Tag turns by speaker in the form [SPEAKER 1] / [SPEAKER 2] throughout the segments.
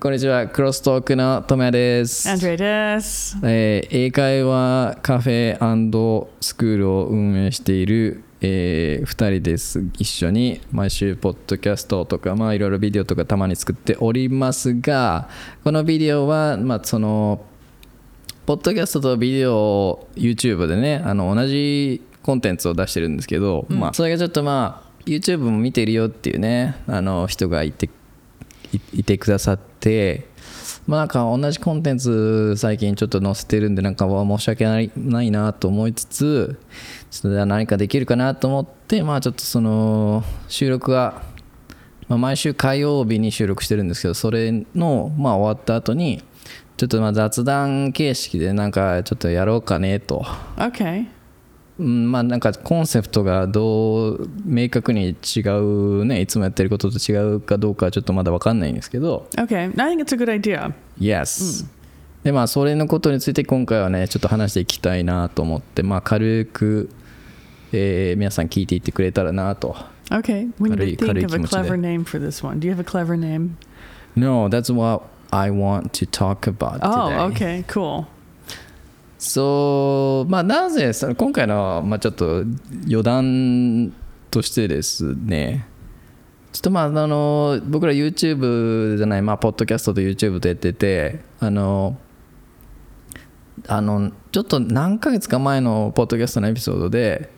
[SPEAKER 1] こんにちは、クロストークのトメです。
[SPEAKER 2] アンドレです。
[SPEAKER 1] えー英会話カフェスクールを運営している、え2人です一緒に毎週ポッドキャストとかまあいろいろビデオとかたまに作っておりますがこのビデオはまあそのポッドキャストとビデオを YouTube でねあの同じコンテンツを出してるんですけど、まあ、それがちょっとまあ YouTube も見てるよっていうねあの人がいていいてくださってまあなんか同じコンテンツ最近ちょっと載せてるんでなんかわ申し訳ないないなと思いつつちょっとじゃあ何かできるかなと思ってまあちょっとその収録が、まあ、毎週火曜日に収録してるんですけどそれのまあ終わった後にちょっとまあ雑談形式でなんかちょっとやろうかねと
[SPEAKER 2] Okay.
[SPEAKER 1] うん、まあなんかコンセプトがどう明確に違うねいつもやってることと違うかどうかはちょっとまだ分かんないんですけど
[SPEAKER 2] Okay. I think it's a good idea.
[SPEAKER 1] Yes、でまあそれのことについて今回はねちょっと話していきたいなと思ってまあ軽く、えー皆さん聞いていってくれたらなと
[SPEAKER 2] Okay. We need
[SPEAKER 1] Carry-
[SPEAKER 2] to
[SPEAKER 1] carry
[SPEAKER 2] think of a
[SPEAKER 1] 気持ちで。
[SPEAKER 2] clever name for this one. Do you have a clever name?
[SPEAKER 1] No that's what I want to talk about today
[SPEAKER 2] Oh, okay. Cool.
[SPEAKER 1] So まあなぜその今回の、まあ、ちょっと余談としてですねちょっとまああの僕ら YouTube じゃないまあポッドキャストと YouTube でやっててあのあのちょっと何ヶ月か前のポッドキャストのエピソードで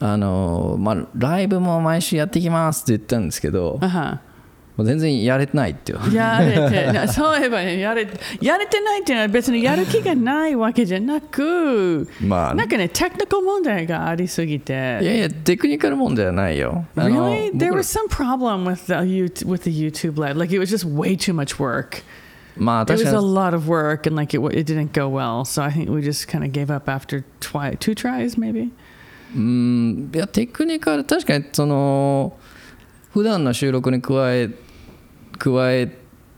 [SPEAKER 1] あの、まあ、ライブも毎週やってきますって言ったんですけど
[SPEAKER 2] Uh huh.
[SPEAKER 1] もう全然やれてないっていう
[SPEAKER 2] やれて、そういえばね、やれ、やれてないっていうのは別にやる気がないわけじゃなく、
[SPEAKER 1] まあい
[SPEAKER 2] なんかね、テクニカル問題がありすぎて。
[SPEAKER 1] やいやテクニカル問題はないよあの
[SPEAKER 2] Really?
[SPEAKER 1] 僕
[SPEAKER 2] There
[SPEAKER 1] ら
[SPEAKER 2] was some problem with the, YouTube, with the YouTube live. Like, it was just way too much work.
[SPEAKER 1] まあ
[SPEAKER 2] It
[SPEAKER 1] 確
[SPEAKER 2] was
[SPEAKER 1] か
[SPEAKER 2] a
[SPEAKER 1] に
[SPEAKER 2] lot of work, and like it, wa- it didn't go well. So I think we just kind of gave up after twi- two tries, maybe.
[SPEAKER 1] うーんいやテクニカル確かにその普段の収録に加え加え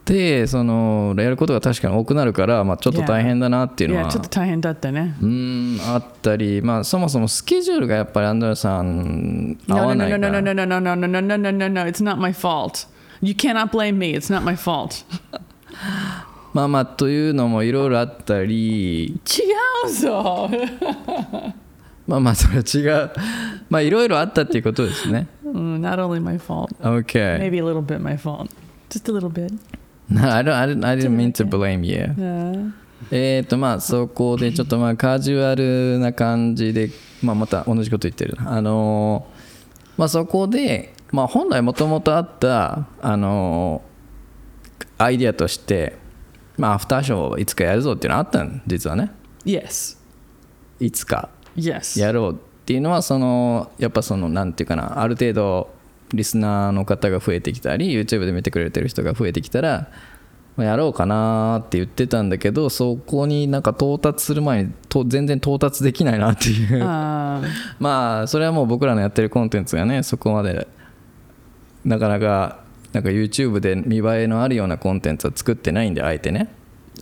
[SPEAKER 1] てそのやることが確かに多くなるから、まあ、ちょっと
[SPEAKER 2] Yeah.
[SPEAKER 1] 大変だなっていうのは、
[SPEAKER 2] Yeah, ちょっと大変だったね。
[SPEAKER 1] うーんあったり、まあ、そもそもスケジュールがやっぱりアンドレさん合
[SPEAKER 2] No,
[SPEAKER 1] わ
[SPEAKER 2] no,
[SPEAKER 1] ないか
[SPEAKER 2] no,
[SPEAKER 1] ら
[SPEAKER 2] no, no, no, no, no, no, no, no, no, no, no, no. It's not my fault. You cannot blame me. It's not my fault.
[SPEAKER 1] まあまあというのもいろいろあったり
[SPEAKER 2] 違うぞ。
[SPEAKER 1] まあまあそれは違う まあいろいろあったっていうことですね
[SPEAKER 2] Mm, not only my fault.
[SPEAKER 1] OK
[SPEAKER 2] Maybe a little bit my fault. Just a little bit.
[SPEAKER 1] I, don't, I, didn't, I didn't mean to blame you
[SPEAKER 2] Yeah.
[SPEAKER 1] えーとまあそこでちょっとまあカジュアルな感じで、まあ、また同じこと言ってるなあのーまあそこで、まあ、本来もともとあったあのーアイディアとしてまあアフターショーをいつかやるぞっていうのあったん実はね
[SPEAKER 2] Yes.
[SPEAKER 1] いつか
[SPEAKER 2] Yes.
[SPEAKER 1] やろうっていうのはそのやっぱそのなんていうかなある程度リスナーの方が増えてきたり YouTube で見てくれてる人が増えてきたらまあやろうかなーって言ってたんだけどそこになんか到達する前にと全然到達できないなっていう
[SPEAKER 2] Um,
[SPEAKER 1] まあそれはもう僕らのやってるコンテンツがねそこまでなかなかなんか YouTube で見栄えのあるようなコンテンツは作ってないんであえてね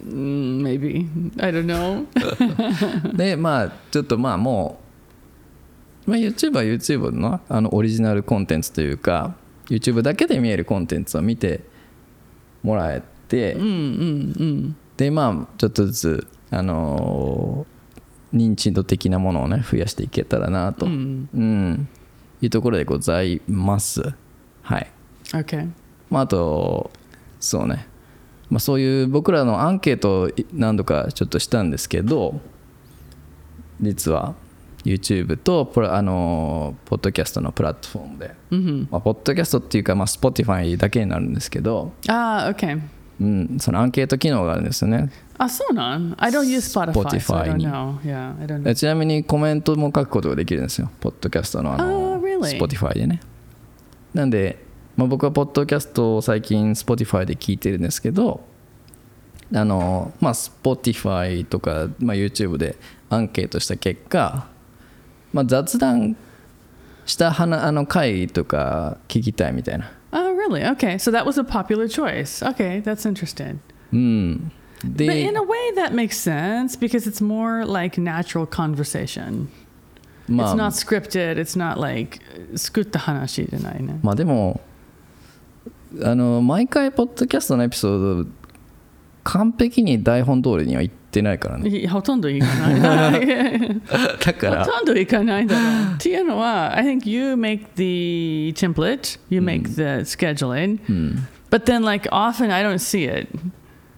[SPEAKER 2] mm, maybe. I don't know.
[SPEAKER 1] でまあちょっとまあもう、まあ、YouTube は YouTube のあのオリジナルコンテンツというか YouTube だけで見えるコンテンツを見てもらえて、
[SPEAKER 2] Mm,
[SPEAKER 1] でまあちょっとずつあのー認知度的なものをね増やしていけたらなと、
[SPEAKER 2] mm.
[SPEAKER 1] うんいうところでございますはい、
[SPEAKER 2] Okay.
[SPEAKER 1] まあ、あとそうね、まあ、そういう僕らのアンケートを何度かちょっとしたんですけど実は YouTube とプラあのポッドキャストのプラットフォームで、
[SPEAKER 2] Mm-hmm.
[SPEAKER 1] まあ、ポッドキャストっていうか、まあ、Spotify だけになるんですけど、
[SPEAKER 2] Ah, okay.
[SPEAKER 1] うん、そのアンケート機能があるんですよね
[SPEAKER 2] Ah, so non. I don't use Spotify, so I
[SPEAKER 1] Spotify Uh,
[SPEAKER 2] don't
[SPEAKER 1] に。
[SPEAKER 2] know. Yeah, I don't know.
[SPEAKER 1] えちなみにコメントも書くことができるんですよポッドキャストのあの、
[SPEAKER 2] あー really？
[SPEAKER 1] Spotify でねなんで、まあ、僕はポッドキャストを最近 Spotify で聞いてるんですけどあのまあ Spotify とか、まあ、YouTube でアンケートした結果、まあ、雑談した話あの回とか聞きたいみたいな
[SPEAKER 2] Oh, really? Okay. So that was a popular choice. Okay, that's interesting.
[SPEAKER 1] うんで
[SPEAKER 2] But in a way, that makes sense because it's more like natural conversation.
[SPEAKER 1] ま
[SPEAKER 2] it's
[SPEAKER 1] あ
[SPEAKER 2] not scripted. It's not like uh, "作った話じゃないね."
[SPEAKER 1] まあでもあの毎回ポッドキャストのエピソード完璧に台本通りにはいってないからね
[SPEAKER 2] いほとんど行かない。
[SPEAKER 1] だか
[SPEAKER 2] ほ
[SPEAKER 1] ら
[SPEAKER 2] とんど行かないだろう。っていうのは、I think you make the template, you make the scheduling,
[SPEAKER 1] うん
[SPEAKER 2] but then like often I don't see it.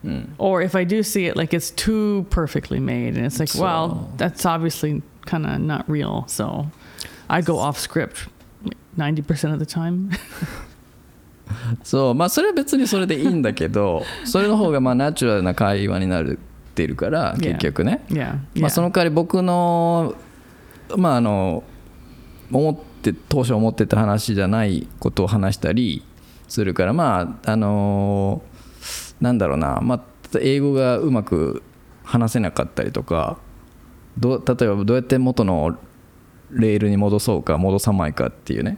[SPEAKER 1] うん
[SPEAKER 2] Or if I do see it, like it's too perfectly made. And it's like, well,
[SPEAKER 1] So-
[SPEAKER 2] that's obviously kind of not real. So I go off script 90% of the time.
[SPEAKER 1] そうまあそれは別にそれでいいんだけどそれの方がまあナチュラルな会話になるってるから
[SPEAKER 2] Yeah.
[SPEAKER 1] 結局ね
[SPEAKER 2] yeah.
[SPEAKER 1] ま
[SPEAKER 2] yeah.
[SPEAKER 1] あその代わり僕のまああの思って当初思ってた話じゃないことを話したりするからまああのなんだろうな、まあ、英語がうまく話せなかったりとかどう例えばどうやって元のレールに戻そうか戻さないかっていうね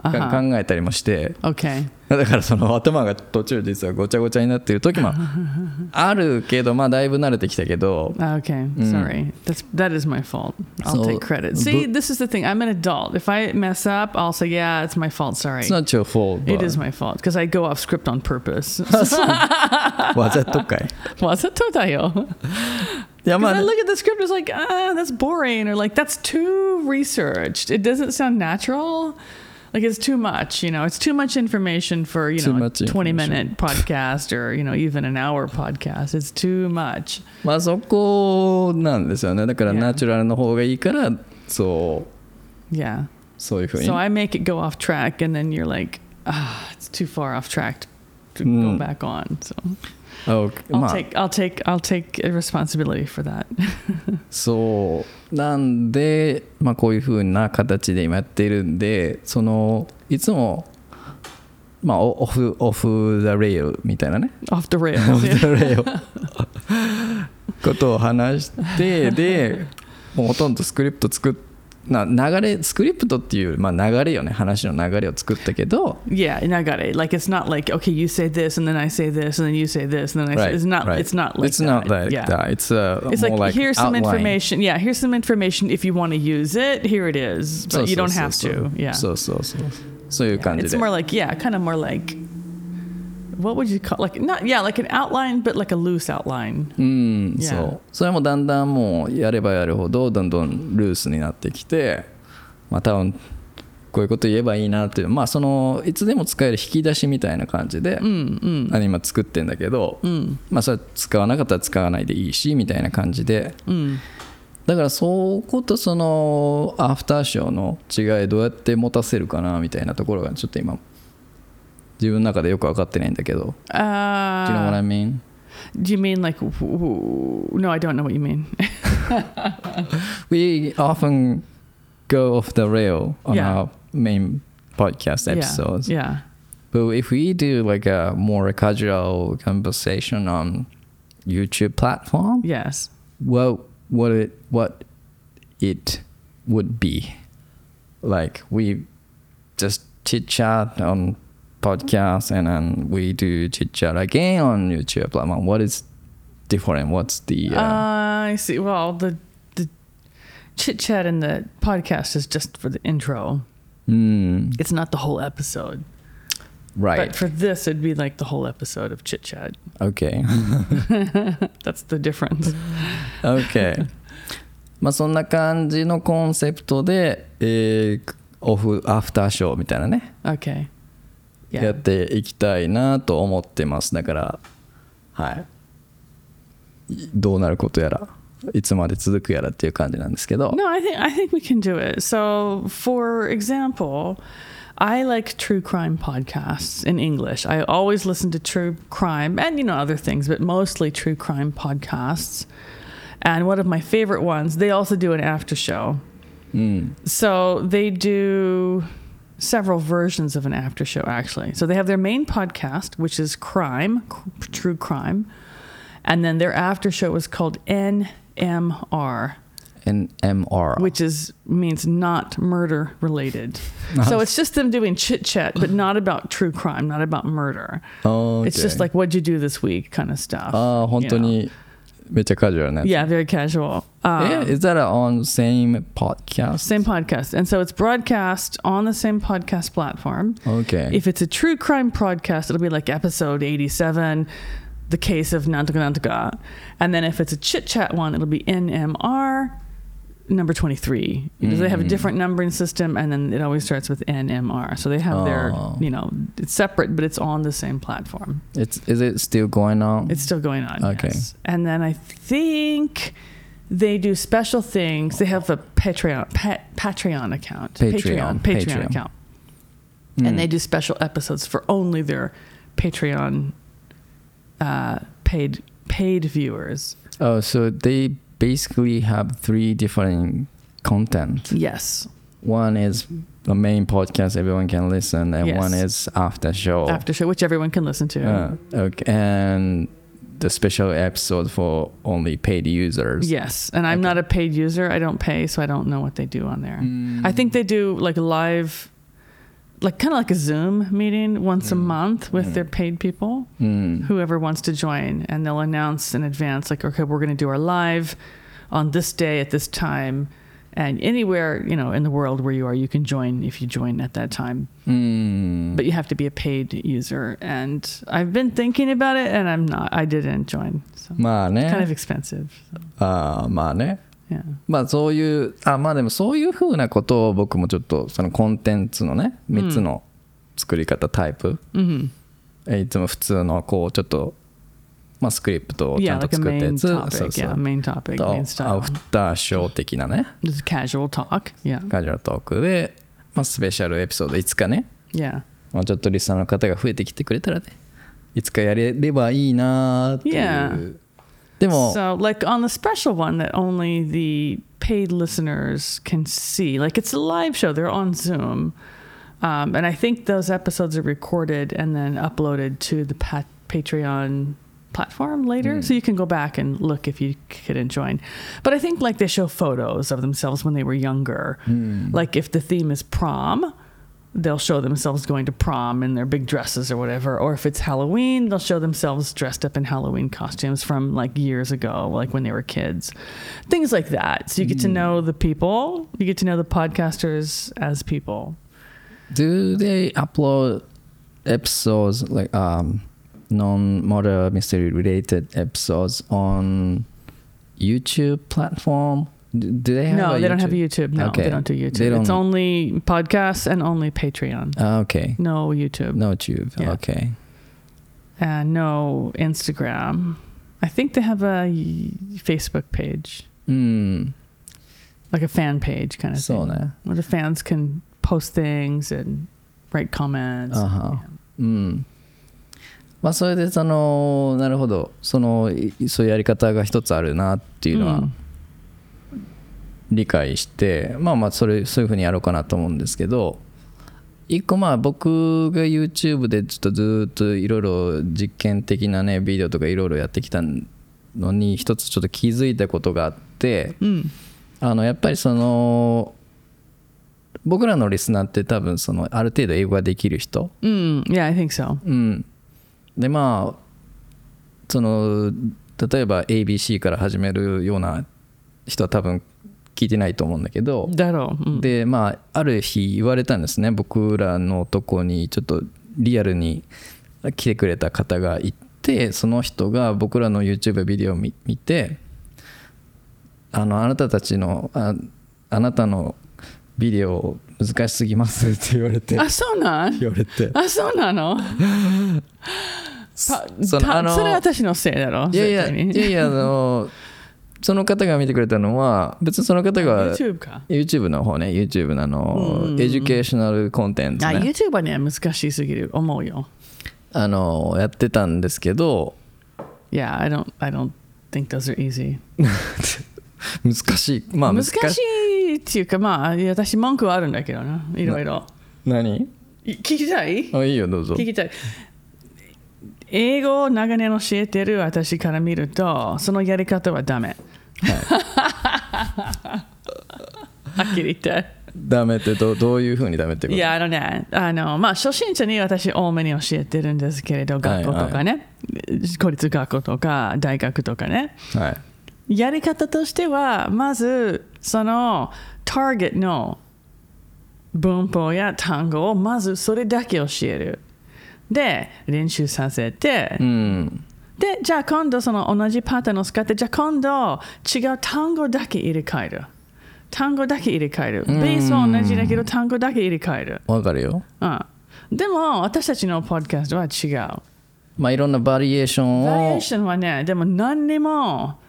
[SPEAKER 1] か
[SPEAKER 2] uh-huh.
[SPEAKER 1] 考えたりもして
[SPEAKER 2] Okay.
[SPEAKER 1] だからその頭が途中実はごちゃごちゃになっている時もあるけどまあだいぶ慣れてきたけど
[SPEAKER 2] Uh, Okay,
[SPEAKER 1] Mm.
[SPEAKER 2] sorry. That's that is my fault. I'll
[SPEAKER 1] So,
[SPEAKER 2] take credit. See,
[SPEAKER 1] but-
[SPEAKER 2] this is the thing. I'm an adult. If I mess up, I'll say, "Yeah, it's my fault. Sorry."
[SPEAKER 1] It's not your fault
[SPEAKER 2] it
[SPEAKER 1] but-
[SPEAKER 2] is my fault because I go off script on purpose.
[SPEAKER 1] わざとかい
[SPEAKER 2] Was it totayo?
[SPEAKER 1] いや
[SPEAKER 2] Because
[SPEAKER 1] ま
[SPEAKER 2] I
[SPEAKER 1] あ
[SPEAKER 2] look at the script, it's like, ah, that's boring, or like that's too researched. It doesn't sound natural. Like it's too much. You know, it's too much information for you
[SPEAKER 1] Too
[SPEAKER 2] know a
[SPEAKER 1] much
[SPEAKER 2] twenty-minute podcast or you know even an hour podcast. It's too much.
[SPEAKER 1] まあそこなんですよねだから
[SPEAKER 2] Yeah.
[SPEAKER 1] ナチュラルの方がいいからそう
[SPEAKER 2] Yeah.
[SPEAKER 1] そういうふうに
[SPEAKER 2] So I make it go off track, and then you're like, ah, it's too far off track to go
[SPEAKER 1] Mm.
[SPEAKER 2] back on. So
[SPEAKER 1] あお
[SPEAKER 2] I'll
[SPEAKER 1] まあ
[SPEAKER 2] take, I'll take, I'll take responsibility for that.
[SPEAKER 1] そうなんでまあこういうふうな形で今やってるんでそのいつもまあオオフオフ・ザ・レイルみたいなね
[SPEAKER 2] off the
[SPEAKER 1] オ
[SPEAKER 2] rails.
[SPEAKER 1] フ・
[SPEAKER 2] yeah.
[SPEAKER 1] ザ・レイル ことを話してでもうほとんどスクリプト作っな流れスクリプトっていう、まあ、流れよね話の流れを作ったけど
[SPEAKER 2] yeah, and I got it. Like it's not like okay, you say this, and then I say this, and then you say this, and then
[SPEAKER 1] Right,
[SPEAKER 2] I. say, it's not.
[SPEAKER 1] right.
[SPEAKER 2] It's not like
[SPEAKER 1] it's
[SPEAKER 2] that.
[SPEAKER 1] not like
[SPEAKER 2] yeah.
[SPEAKER 1] that. It's uh,
[SPEAKER 2] It's
[SPEAKER 1] more like,
[SPEAKER 2] like, here's some
[SPEAKER 1] outline.
[SPEAKER 2] information. Yeah, here's some information. If you want to use it, here it is. But
[SPEAKER 1] So,
[SPEAKER 2] you
[SPEAKER 1] so,
[SPEAKER 2] don't
[SPEAKER 1] so,
[SPEAKER 2] have
[SPEAKER 1] so.
[SPEAKER 2] to. Yeah.
[SPEAKER 1] そうそうそう。そういう
[SPEAKER 2] Yeah,
[SPEAKER 1] 感じ
[SPEAKER 2] it's
[SPEAKER 1] で。
[SPEAKER 2] more like yeah, kind of more like what would you call like not yeah like an outline, but like a loose outline.
[SPEAKER 1] うん、
[SPEAKER 2] Yeah.
[SPEAKER 1] そう。それもだんだんもうやればやるほどどんどんルースになってきて、まあ多分こういうこと言えばいいなっていう、まあそのいつでも使える引き出しみたいな感じで、
[SPEAKER 2] Mm,
[SPEAKER 1] あの今作ってんだけど、まあそれ使わなかったら使わないでいいしみたいな感じで。
[SPEAKER 2] mm.
[SPEAKER 1] だからそことそのアフターショーの違いどうやって持たせるかなみたいなところがちょっと今自分の中でよく分かってないんだけど Do you know what
[SPEAKER 2] Uh,
[SPEAKER 1] I mean?
[SPEAKER 2] do you mean like? w- w- No, I don't know what you mean.
[SPEAKER 1] We often go off the rail on
[SPEAKER 2] Yeah.
[SPEAKER 1] our main podcast
[SPEAKER 2] Yeah,
[SPEAKER 1] episodes
[SPEAKER 2] Yeah.
[SPEAKER 1] but if we do like a more casual conversation on YouTube platform
[SPEAKER 2] Yes.
[SPEAKER 1] well what it what it would be like we just chit chat on podcasts and then we do chit chat again on youtube like man, what is different what's the uh,
[SPEAKER 2] Uh, I see. Well, the the chit chat in the podcast is just for the intro.
[SPEAKER 1] mm,
[SPEAKER 2] It's not the whole episode. But
[SPEAKER 1] right
[SPEAKER 2] for this, it'd be like the whole episode of chit chat.
[SPEAKER 1] okay
[SPEAKER 2] That's the difference.
[SPEAKER 1] okay まあそんな感じのコンセプトで、えーオフアフターショーみたいなね
[SPEAKER 2] Okay.
[SPEAKER 1] や
[SPEAKER 2] Yeah.
[SPEAKER 1] っていきたいなと思ってますだからはいいどうなることやらいつまで続くやらっていう感じなんですけど
[SPEAKER 2] No, I think I think we can do it. So, for example, I like true crime podcasts in English. I always listen to true crime and you know other things, but mostly true crime podcasts. And one of my favorite ones, they also do an after show.
[SPEAKER 1] うん
[SPEAKER 2] So they do several versions of an after show, actually. So they have their main podcast, which is crime, c- true crime, and then their after show is called NMR,
[SPEAKER 1] NMR
[SPEAKER 2] which is means not murder related. so it's just them doing chit chat, but not about true crime, not about murder.
[SPEAKER 1] Okay. Uh,
[SPEAKER 2] It's just like what'd you do this week kind of stuff.
[SPEAKER 1] ああ
[SPEAKER 2] you
[SPEAKER 1] 本当
[SPEAKER 2] know.
[SPEAKER 1] にめっちゃカジュアルなやつ
[SPEAKER 2] Yeah, very casual. Um,
[SPEAKER 1] え Is that on same podcast?
[SPEAKER 2] Same podcast. And so it's broadcast on the same podcast platform.
[SPEAKER 1] Okay
[SPEAKER 2] If it's a true crime podcast, it'll be like episode 87. the case of Nantuka Nantuka. And then if it's a chit chat one, it'll be NMR number 23 because they have a different numbering system and then it always starts with NMR. So they have their,
[SPEAKER 1] Oh.
[SPEAKER 2] you know, it's separate, but it's on the same platform.
[SPEAKER 1] It's is it still going on?
[SPEAKER 2] It's still going on.
[SPEAKER 1] Okay.
[SPEAKER 2] yes. And then I think they do special things. They have a Patreon pat, Patreon account.
[SPEAKER 1] Patreon,
[SPEAKER 2] Patreon,
[SPEAKER 1] Patreon.
[SPEAKER 2] account.
[SPEAKER 1] Mm.
[SPEAKER 2] And they do special episodes for only their Patreon uh, paid paid viewers.
[SPEAKER 1] oh, so they basically have three different content.
[SPEAKER 2] Yes.
[SPEAKER 1] One is the main podcast everyone can listen, and
[SPEAKER 2] Yes.
[SPEAKER 1] one is after show.
[SPEAKER 2] After show, which everyone can listen to.
[SPEAKER 1] Oh. Uh, okay, and the special episode for only paid users.
[SPEAKER 2] Yes, and
[SPEAKER 1] Okay.
[SPEAKER 2] I'm
[SPEAKER 1] Hmm.
[SPEAKER 2] not a paid user. I don't pay, so I don't know what they do on there. I think they do like live, like kind of like a Zoom meeting once a month with their paid people,
[SPEAKER 1] Mm.
[SPEAKER 2] whoever wants to join, and they'll announce in advance, like, okay, we're going to do our live on this day at this time, and anywhere you know in the world where you are, you can join if you join at that time,
[SPEAKER 1] Mm.
[SPEAKER 2] but you have to be a paid user. And I've been thinking about it, and I'm not. I didn't join. So.
[SPEAKER 1] まあね、
[SPEAKER 2] Kind of expensive. so,
[SPEAKER 1] あーまあね
[SPEAKER 2] yeah.
[SPEAKER 1] まあそういうあまあでもそういうふうなことを僕もちょっとそのコンテンツのね3つの作り方タイプ、
[SPEAKER 2] Mm-hmm.
[SPEAKER 1] えいつも普通のこうちょっと、まあ、スクリプトをち
[SPEAKER 2] yeah,
[SPEAKER 1] ゃんと
[SPEAKER 2] like a
[SPEAKER 1] 作ったや
[SPEAKER 2] main
[SPEAKER 1] つ、
[SPEAKER 2] topic.
[SPEAKER 1] そうそう
[SPEAKER 2] Yeah, main topic,
[SPEAKER 1] と
[SPEAKER 2] main
[SPEAKER 1] ア
[SPEAKER 2] style.
[SPEAKER 1] フターショー的なね
[SPEAKER 2] Just casual talk. Yeah,
[SPEAKER 1] カジュアルトークで、まあ、スペシャルエピソードいつかね
[SPEAKER 2] yeah,
[SPEAKER 1] まあ、ちょっとリスナーの方が増えてきてくれたらねいつかやれればいいなーっていう、
[SPEAKER 2] Yeah.
[SPEAKER 1] でも
[SPEAKER 2] So, like on the special one that only the paid listeners can see, like it's a live show. They're on Zoom, um, and I think those episodes are recorded and then uploaded to the pat- Patreon platform later, so you can go back and look if you couldn't join. But I think like they show photos of themselves when they were younger. Like if the theme is prom. They'll show themselves going to prom in their big dresses or whatever. Or if it's Halloween, they'll show themselves dressed up in Halloween costumes from like years ago, like when they were kids. Things like that. So you get to know the people, you get to know the podcasters as people.
[SPEAKER 1] Do they upload episodes like um non-murder mystery related episodes on YouTube platform? Do, do they have
[SPEAKER 2] no,
[SPEAKER 1] a
[SPEAKER 2] they don't have
[SPEAKER 1] YouTube?
[SPEAKER 2] YouTube. No,
[SPEAKER 1] Okay.
[SPEAKER 2] they don't do YouTube.
[SPEAKER 1] They
[SPEAKER 2] It's
[SPEAKER 1] don't-
[SPEAKER 2] only podcasts and only Patreon.
[SPEAKER 1] Ah, okay,
[SPEAKER 2] No YouTube
[SPEAKER 1] no tube.
[SPEAKER 2] Yeah.
[SPEAKER 1] Okay,
[SPEAKER 2] and no Instagram. I think they have a y- Facebook page,
[SPEAKER 1] mm,
[SPEAKER 2] like a fan page kind of thing.
[SPEAKER 1] そうね。
[SPEAKER 2] where the fans can post things and write comments.
[SPEAKER 1] あはうん。まあそれでそのなるほどそのいそういうやり方が一つあるなっていうのは
[SPEAKER 2] Mm.
[SPEAKER 1] 理解して、まあまあそれそういうふうにやろうかなと思うんですけど一個まあ僕が YouTube でちょっとずっといろいろ実験的なねビデオとかいろいろやってきたのに一つちょっと気づいたことがあって
[SPEAKER 2] Mm.
[SPEAKER 1] あのやっぱりその僕らのリスナーって多分そのある程度英語ができる人、
[SPEAKER 2] Mm. Yeah, I think so.
[SPEAKER 1] うん、でまあその例えば ABC から始めるような人は多分聞いてないと思うんだけど、
[SPEAKER 2] That'll. Mm.
[SPEAKER 1] でまあある日言われたんですね僕らのとこにちょっとリアルに来てくれた方がいてその人が僕らの YouTube ビデオを見見てあのあなたたちのああなたのビデオ難しすぎますって言われて
[SPEAKER 2] あそうなん
[SPEAKER 1] 言われて
[SPEAKER 2] あそうな の
[SPEAKER 1] そ
[SPEAKER 2] た
[SPEAKER 1] その
[SPEAKER 2] た
[SPEAKER 1] あの
[SPEAKER 2] それは私のせいだろ
[SPEAKER 1] いやいや
[SPEAKER 2] 絶対に
[SPEAKER 1] いやいやあのその方が見てくれたのは別にその方が
[SPEAKER 2] YouTube Ah, か、
[SPEAKER 1] YouTube の方ね YouTube のあの、エデュケーショナルコンテンツ
[SPEAKER 2] あ
[SPEAKER 1] ね
[SPEAKER 2] YouTube はね難しすぎる思うよ
[SPEAKER 1] あのやってたんですけど
[SPEAKER 2] Yeah I don't I don't think those are easy
[SPEAKER 1] 難しいまあ
[SPEAKER 2] 難
[SPEAKER 1] 難
[SPEAKER 2] し
[SPEAKER 1] しい
[SPEAKER 2] いっていうかまあいや私文句はあるんだけどないろいろ
[SPEAKER 1] 何
[SPEAKER 2] い聞きたい
[SPEAKER 1] あいいよどうぞ
[SPEAKER 2] 聞きたい英語を長年教えてる私から見るとそのやり方はダメ、はっきり言って
[SPEAKER 1] ダメってどどういうふうにダメってこと
[SPEAKER 2] いやあのねあの、まあ、初心者に私多めに教えてるんですけれど学校とかね、公立学校とか大学とかね
[SPEAKER 1] はい
[SPEAKER 2] やり方としてはまずそのターゲットの文法や単語をまずそれだけ教えるで練習させて、
[SPEAKER 1] うん
[SPEAKER 2] で、じゃあ今度その同じパターンを使って、じゃあ今度違う単語だけ入れ替える。単語だけ入れ替える。ベースは同じだけど単語だけ入れ替える。
[SPEAKER 1] わかるよ
[SPEAKER 2] うん。でも私たちのポッドキャストは違う。
[SPEAKER 1] まあいろんなバリエーショ
[SPEAKER 2] バリエ
[SPEAKER 1] ン
[SPEAKER 2] ー
[SPEAKER 1] を
[SPEAKER 2] ションはね、でも何にも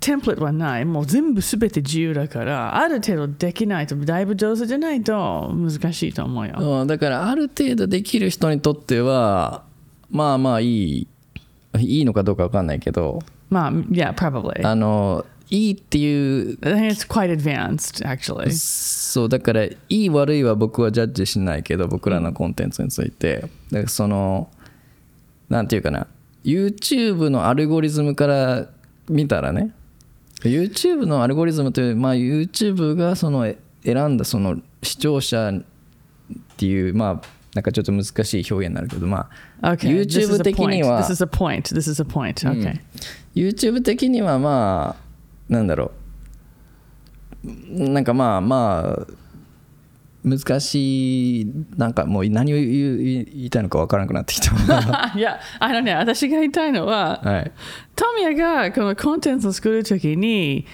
[SPEAKER 2] テンプレートはない。もう全部すべて自由だから、ある程度できないと、だいぶ上手じゃないと難しいと思うよ。
[SPEAKER 1] うん、だからある程度できる人にとってはまあまあいいいいのかどうかわかんないけど
[SPEAKER 2] まあ、yeah, probably.
[SPEAKER 1] あのいいっていう
[SPEAKER 2] I think it's quite advanced, actually.
[SPEAKER 1] そうだからいい悪いは僕はジャッジしないけど僕らのコンテンツについてだからそのなんていうかな YouTube のアルゴリズムから見たらね YouTube のアルゴリズムという、まあ、YouTube がそのえ選んだその視聴者っていうまあなんかちょっと難しい表現になるけどまあ
[SPEAKER 2] Okay. this is
[SPEAKER 1] YouTube
[SPEAKER 2] a
[SPEAKER 1] 的に
[SPEAKER 2] point.
[SPEAKER 1] は
[SPEAKER 2] This is a point. This is a point. Okay.
[SPEAKER 1] YouTube 的にはまあなんだろうなんかまあまあ難しいなんかもう何を言う言い言いたいのかわからなくなってきた
[SPEAKER 2] いや、あのね、私が言いたいのは、
[SPEAKER 1] はい
[SPEAKER 2] トミヤがこのコンテンツを作るときに、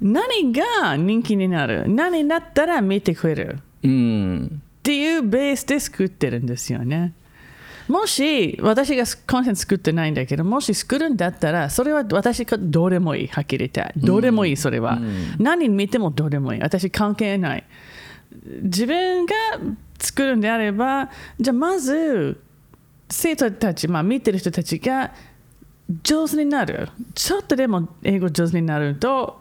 [SPEAKER 2] 何が人気になる何だったら見てくれる
[SPEAKER 1] うん
[SPEAKER 2] っていうベースで作ってるんですよね。もし私がコンテンツ作ってないんだけどもし作るんだったらそれは私がどれもいいはっきり言ってどれもいいそれは、何見てもどれもいい私関係ない自分が作るんであればじゃあまず生徒たち、まあ、見てる人たちが上手になるちょっとでも英語上手になると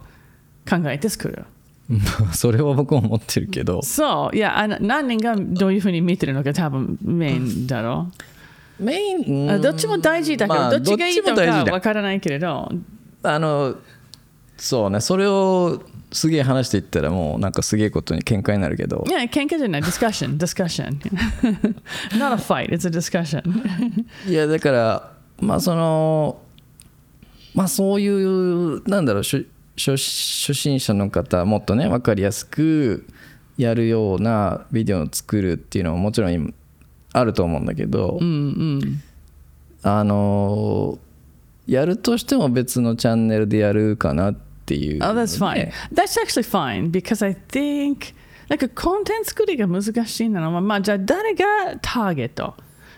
[SPEAKER 2] 考えて作る
[SPEAKER 1] まあ それは僕も思ってるけど
[SPEAKER 2] そういやあの何人がどういうふうに見てるのか多分メインだろう
[SPEAKER 1] メインうん
[SPEAKER 2] あどっちも大事だけど、
[SPEAKER 1] まあ
[SPEAKER 2] どっちがいい
[SPEAKER 1] ど
[SPEAKER 2] の
[SPEAKER 1] っちも大事
[SPEAKER 2] か
[SPEAKER 1] だ
[SPEAKER 2] わからないけれど、
[SPEAKER 1] あのそうねそれをすげえ話していったらもうなんかすげえことに喧嘩になるけど
[SPEAKER 2] いや、喧嘩じゃない、discussion、discussion。Not a fight, it's a discussion。
[SPEAKER 1] いやだからまあそのまあそういうなんだろう初初初心者の方もっとね分かりやすくやるようなビデオを作るっていうのももちろん今あると思うんだけど、
[SPEAKER 2] うん
[SPEAKER 1] あのやるとしても別のチャンネルでやるかなっていううん
[SPEAKER 2] 。Oh, that's fine. That's actually fine because I think なんかコンテンツ作りが難しいなのは、まあじゃあ誰がターゲット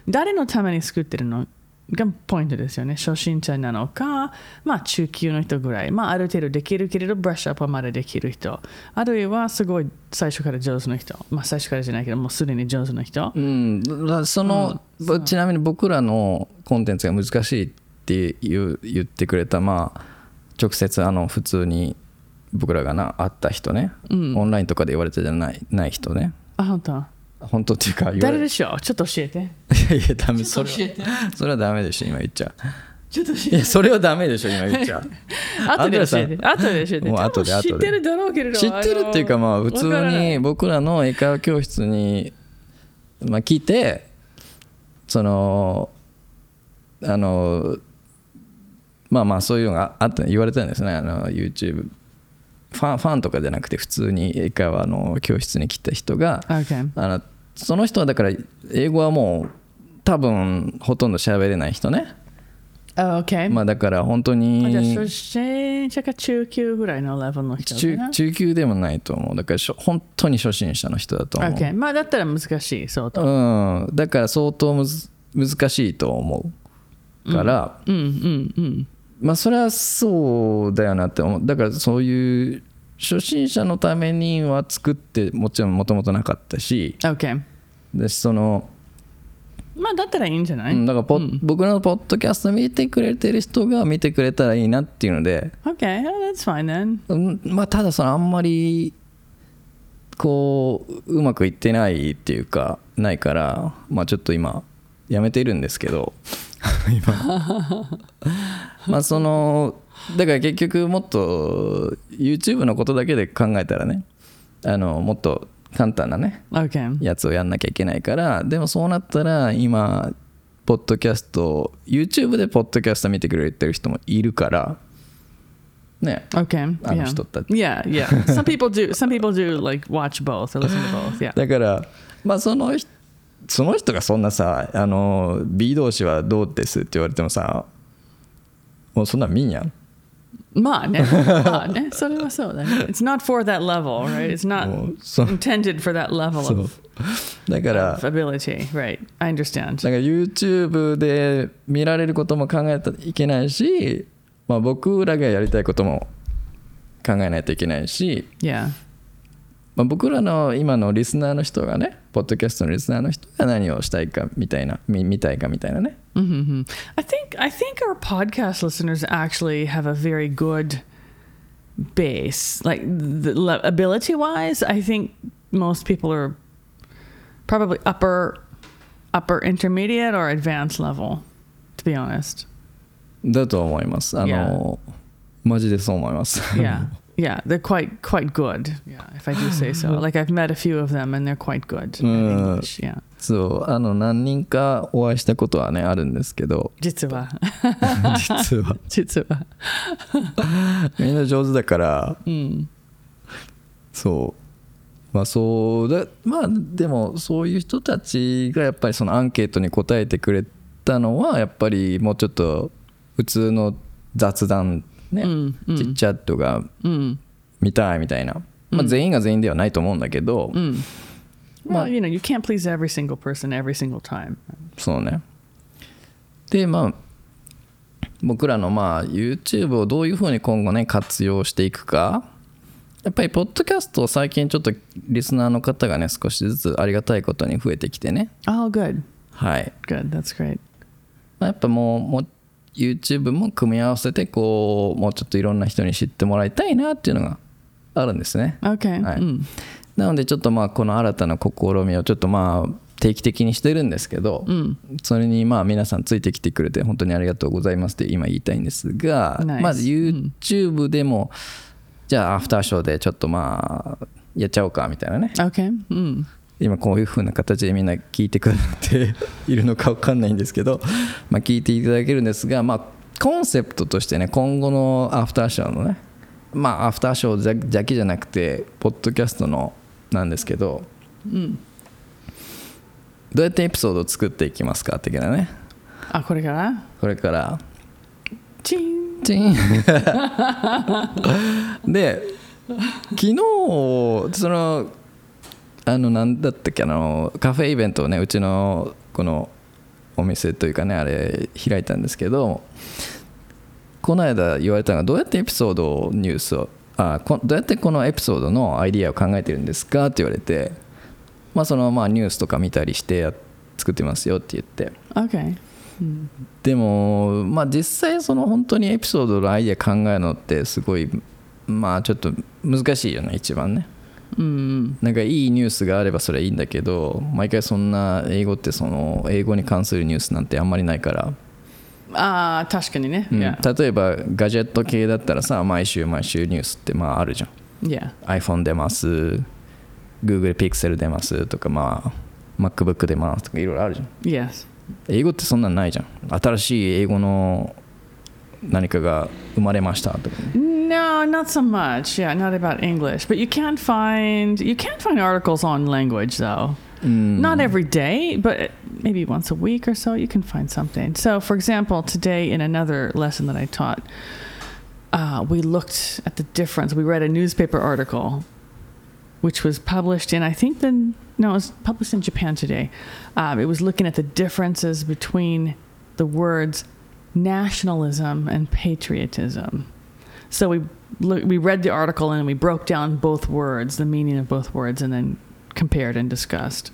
[SPEAKER 2] 誰のために作ってるのがポイントですよね。初心者なのか、まあ中級の人ぐらい、まあある程度できるけれど、ブラッシュアップはまだできる人、あるいはすごい最初から上手な人、まあ最初からじゃないけど、もうすでに上手な人。
[SPEAKER 1] うん、だからその、ぼちなみに僕らのコンテンツが難しいって言う言ってくれた、まあ、直接あの普通に僕らがな会った人ね、オンラインとかで言われてじゃないない人ね
[SPEAKER 2] あ、本当。
[SPEAKER 1] 本当っていうか言わ
[SPEAKER 2] 誰
[SPEAKER 1] れ
[SPEAKER 2] でしょうちょっと教えて。
[SPEAKER 1] いやいやダメそれ
[SPEAKER 2] ちょっと教
[SPEAKER 1] はそれはダメでしょ今言っちゃ
[SPEAKER 2] ちょっと教
[SPEAKER 1] いやそれはダメでしょ今言っちゃ
[SPEAKER 2] 後で教
[SPEAKER 1] ア
[SPEAKER 2] え
[SPEAKER 1] ンド
[SPEAKER 2] て
[SPEAKER 1] レ。
[SPEAKER 2] 後で教えて。
[SPEAKER 1] もう後で
[SPEAKER 2] 多分知
[SPEAKER 1] 後
[SPEAKER 2] っ
[SPEAKER 1] で
[SPEAKER 2] てるだろうけれ ど。
[SPEAKER 1] 知ってるっていうかまあ
[SPEAKER 2] の
[SPEAKER 1] 普通。
[SPEAKER 2] わからない
[SPEAKER 1] に僕らの英会話教室に、まあ、来てそのあのまあまあそういうのがあった言われたんですねあの YouTube ファンファンとかじゃなくて普通に英会話の教室に来た人が
[SPEAKER 2] Okay.
[SPEAKER 1] あのその人はだから英語はもう多分ほとんど喋れない人ね、
[SPEAKER 2] Oh, Okay.
[SPEAKER 1] まあ、だから本当に
[SPEAKER 2] あじゃあ初心者か中級ぐらいのレベルの人
[SPEAKER 1] 中
[SPEAKER 2] かな。
[SPEAKER 1] 中級でもないと思うだからしょ本当に初心者の人だと思う、
[SPEAKER 2] Okay. まあだったら難しい、相当。
[SPEAKER 1] うん、だから相当むず難しいと思うから、
[SPEAKER 2] うんうんうん。
[SPEAKER 1] まあそれはそうだよなって思うだからそういう初心者のためには作ってもちろんもともとなかったし
[SPEAKER 2] Okay.
[SPEAKER 1] でその、
[SPEAKER 2] まあだったらいいんじゃな
[SPEAKER 1] う
[SPEAKER 2] い
[SPEAKER 1] ん、だからポッ僕らのポッドキャスト見てくれてる人が見てくれたらいいなっていうので、
[SPEAKER 2] ?Okay. Oh, That's fine then.
[SPEAKER 1] うんまあ、ただそのあんまりこううまくいってないっていうかないから、まあ、ちょっと今やめてるんですけど今 まあそのだから結局もっと YouTube のことだけで考えたらねあのもっと簡単なね
[SPEAKER 2] Okay.
[SPEAKER 1] やつをやんなきゃいけないからでもそうなったら今ポッドキャスト YouTube でポッドキャスト見てくれてる人もいるからね
[SPEAKER 2] Okay.
[SPEAKER 1] あの
[SPEAKER 2] Yeah.
[SPEAKER 1] 人たち
[SPEAKER 2] Yeah. Yeah. Some people do. Some people do like watch both or listen to both. Yeah.
[SPEAKER 1] だからまあその人その人がそんなさあの B 同士はどうですって言われてもさもうそんなん見んやん
[SPEAKER 2] まあね。まあね。それはそうだね。It's not for that level, right? It's
[SPEAKER 1] も
[SPEAKER 2] not
[SPEAKER 1] うそ
[SPEAKER 2] intended for that level
[SPEAKER 1] そう
[SPEAKER 2] of,
[SPEAKER 1] だから
[SPEAKER 2] of ability, right? I understand.
[SPEAKER 1] なんか YouTube で見られることも考えたらいけないし、まあ、僕らがやりたいことも考えないといけないし、
[SPEAKER 2] Yeah.
[SPEAKER 1] まあ、僕らの今のリスナーの人がねポッドキャストのリスナーの人が何をしたいかみたいな見見たいかみたいなね
[SPEAKER 2] hmm I think I think our podcast listeners actually have a very good base, like the le- ability wise. I think most people are probably upper, upper intermediate or advanced level. To be honest,
[SPEAKER 1] だと思いますあの、マジでそう思います
[SPEAKER 2] yeah, yeah, they're quite quite good. Yeah, if I do say so. Like I've met a few of them, and they're quite good in
[SPEAKER 1] Mm.
[SPEAKER 2] English. Yeah,
[SPEAKER 1] そうあの何人かお会いしたことはねあるんですけ ど
[SPEAKER 2] jitsuba,
[SPEAKER 1] 実は
[SPEAKER 2] jitsuba.
[SPEAKER 1] みんな上手だからそうまあそうだまあでもそういう人たちがやっぱりそのアンケートに答えてくれたのはやっぱりもうちょっと普通の雑談ね、
[SPEAKER 2] Mm,
[SPEAKER 1] ちっ
[SPEAKER 2] mm,
[SPEAKER 1] ちゃい人が
[SPEAKER 2] mm,
[SPEAKER 1] 見たいみたいな、ま
[SPEAKER 2] う
[SPEAKER 1] あ、
[SPEAKER 2] ん
[SPEAKER 1] 全員が全員ではないと思うんだけど、
[SPEAKER 2] mm. Well,
[SPEAKER 1] Well-
[SPEAKER 2] you know, you can't please every single person every single time.
[SPEAKER 1] そうねでまあ僕らのまあ YouTube をどういうふうに今後ね活用していくかやっぱりポッドキャストを最近ちょっとリスナーの方がね少しずつありがたいことに増えてきてね
[SPEAKER 2] Oh, good.
[SPEAKER 1] はい、
[SPEAKER 2] Good. That's great.
[SPEAKER 1] まあ、やっぱもうもう YouTube も組み合わせてこうもうちょっといろんな人に知ってもらいたいなっていうのがあるんですね
[SPEAKER 2] Okay.
[SPEAKER 1] All right.
[SPEAKER 2] Mm.
[SPEAKER 1] なのでちょっとまあこの新たな試みをちょっとまあ定期的にしてるんですけど、
[SPEAKER 2] ん
[SPEAKER 1] それにまあ皆さんついてきてくれて本当にありがとうございますって今言いたいんですが、
[SPEAKER 2] Nice
[SPEAKER 1] まあ YouTube でも、じゃあアフターショーでちょっとまあやっちゃおうかみたいなね
[SPEAKER 2] Okay. Mm.
[SPEAKER 1] 今こういう風な形でみんな聞いてくれて いるのかわかんないんですけど、まあ、聞いていただけるんですが、まあ、コンセプトとしてね今後のアフターショーのねまあアフターショーだけじゃなくてポッドキャストのなんですけど、どうやってエピソードを作っていきますか的なね
[SPEAKER 2] Ah, これから
[SPEAKER 1] これから
[SPEAKER 2] Ching.
[SPEAKER 1] チーン で昨日そのあのなんだったっけあのカフェイベントをねうちのこのお店というかねあれ開いたんですけどこの間言われたのがどうやってエピソードをニュースをあこどうやってこのエピソードのアイディアを考えてるんですかって言われてまあそのまあニュースとか見たりしてや作ってますよって言って
[SPEAKER 2] Okay. Mm.
[SPEAKER 1] でもまあ実際その本当にエピソードのアイデア考えるのってすごいまあちょっと難しいよね一番ね
[SPEAKER 2] Mm.
[SPEAKER 1] なんかいいニュースがあればそれはいいんだけど毎回そんな英語ってその英語に関するニュースなんてあんまりないから、
[SPEAKER 2] Ah, 確かにね。
[SPEAKER 1] うん
[SPEAKER 2] Yeah.
[SPEAKER 1] 例えばガジェット系だったらさ毎週毎週ニュースってまああるじゃん
[SPEAKER 2] Yeah.
[SPEAKER 1] iPhone 出ます Google Pixel 出ますとかまあ MacBook 出ますとかいろいろあるじゃん
[SPEAKER 2] Yes.
[SPEAKER 1] 英語ってそんなんないじゃん新しい英語の何かが生まれましたとかね
[SPEAKER 2] No, not so much. Yeah, not about English. But you can't find you can't find articles on language though.
[SPEAKER 1] うん、
[SPEAKER 2] Not every day, but maybe once a week or so, you can find something. So, for example, today in another lesson that I taught, uh, we looked at the difference. We read a newspaper article, which was published in, I think, the no, it was published in Japan today. Um, it was looking at the differences between the words nationalism and patriotism. So we look, we read the article and we broke down both words, the meaning of both words, and then compared and discussed.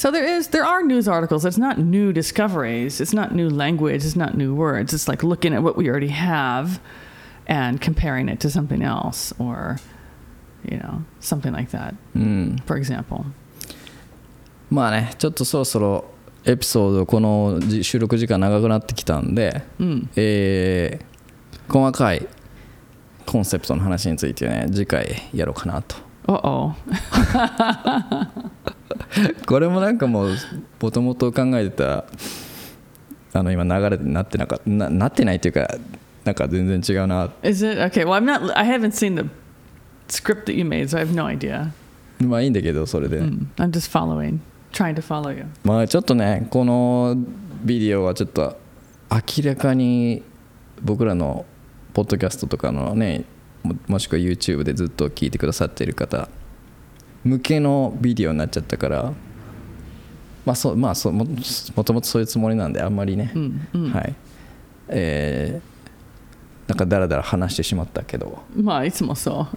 [SPEAKER 2] So there is there are news articles. It's not new discoveries. It's not new language. It's not new words. It's like looking at what we already have and comparing it to something else or you know, something like that,
[SPEAKER 1] うん、
[SPEAKER 2] for example.
[SPEAKER 1] まあねちょっとそろそろエピソードこのじ収録時間長くなってきたんで、
[SPEAKER 2] Mm.
[SPEAKER 1] えー細かいコンセプトの話についてね次回やろうかなと
[SPEAKER 2] Uh-oh.
[SPEAKER 1] これもなんかもうもともと考えてたあの今流れになってなかななってないというかなんか全然違うな
[SPEAKER 2] Is it okay, well I'm not I haven't seen the script that you made, so I have no idea.
[SPEAKER 1] まあいいんだけどそれで、
[SPEAKER 2] Mm. I'm just following, trying to follow you.
[SPEAKER 1] まあちょっとねこのビデオはちょっと明らかに僕らのポッドキャストとかのねももしくは YouTube でずっと聞いてくださっている方向けのビデオになっちゃったからまあそうまあそうももともとそういうつもりなんであんまりね、
[SPEAKER 2] うんうん
[SPEAKER 1] はいえーなんかだらだら話してしまったけど
[SPEAKER 2] まあいつも そう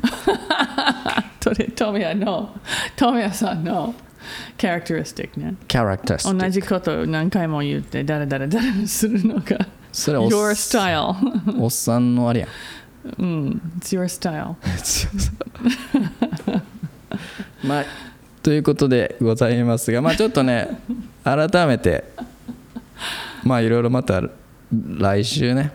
[SPEAKER 2] トレトミヤのトミヤさんのキャラクテリスティックね
[SPEAKER 1] キャラクタースティック
[SPEAKER 2] 同じことを何回も言ってダラダラダラするのが
[SPEAKER 1] それはおっ
[SPEAKER 2] Your style
[SPEAKER 1] おっさんのあれやん
[SPEAKER 2] うん It's your style
[SPEAKER 1] まあということでございますがまあちょっとね改めてまあいろいろまた来週ね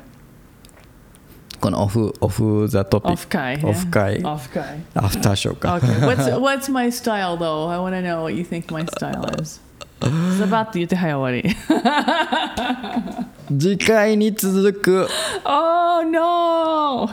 [SPEAKER 1] このオフオフザトピッ
[SPEAKER 2] Off
[SPEAKER 1] ク
[SPEAKER 2] Kai
[SPEAKER 1] Off Kai
[SPEAKER 2] Off Kai
[SPEAKER 1] アフターショーか
[SPEAKER 2] Okay what's, what's my style though I want to know what you think my style is ズバッと言って早終わり
[SPEAKER 1] 次回に続く
[SPEAKER 2] Oh no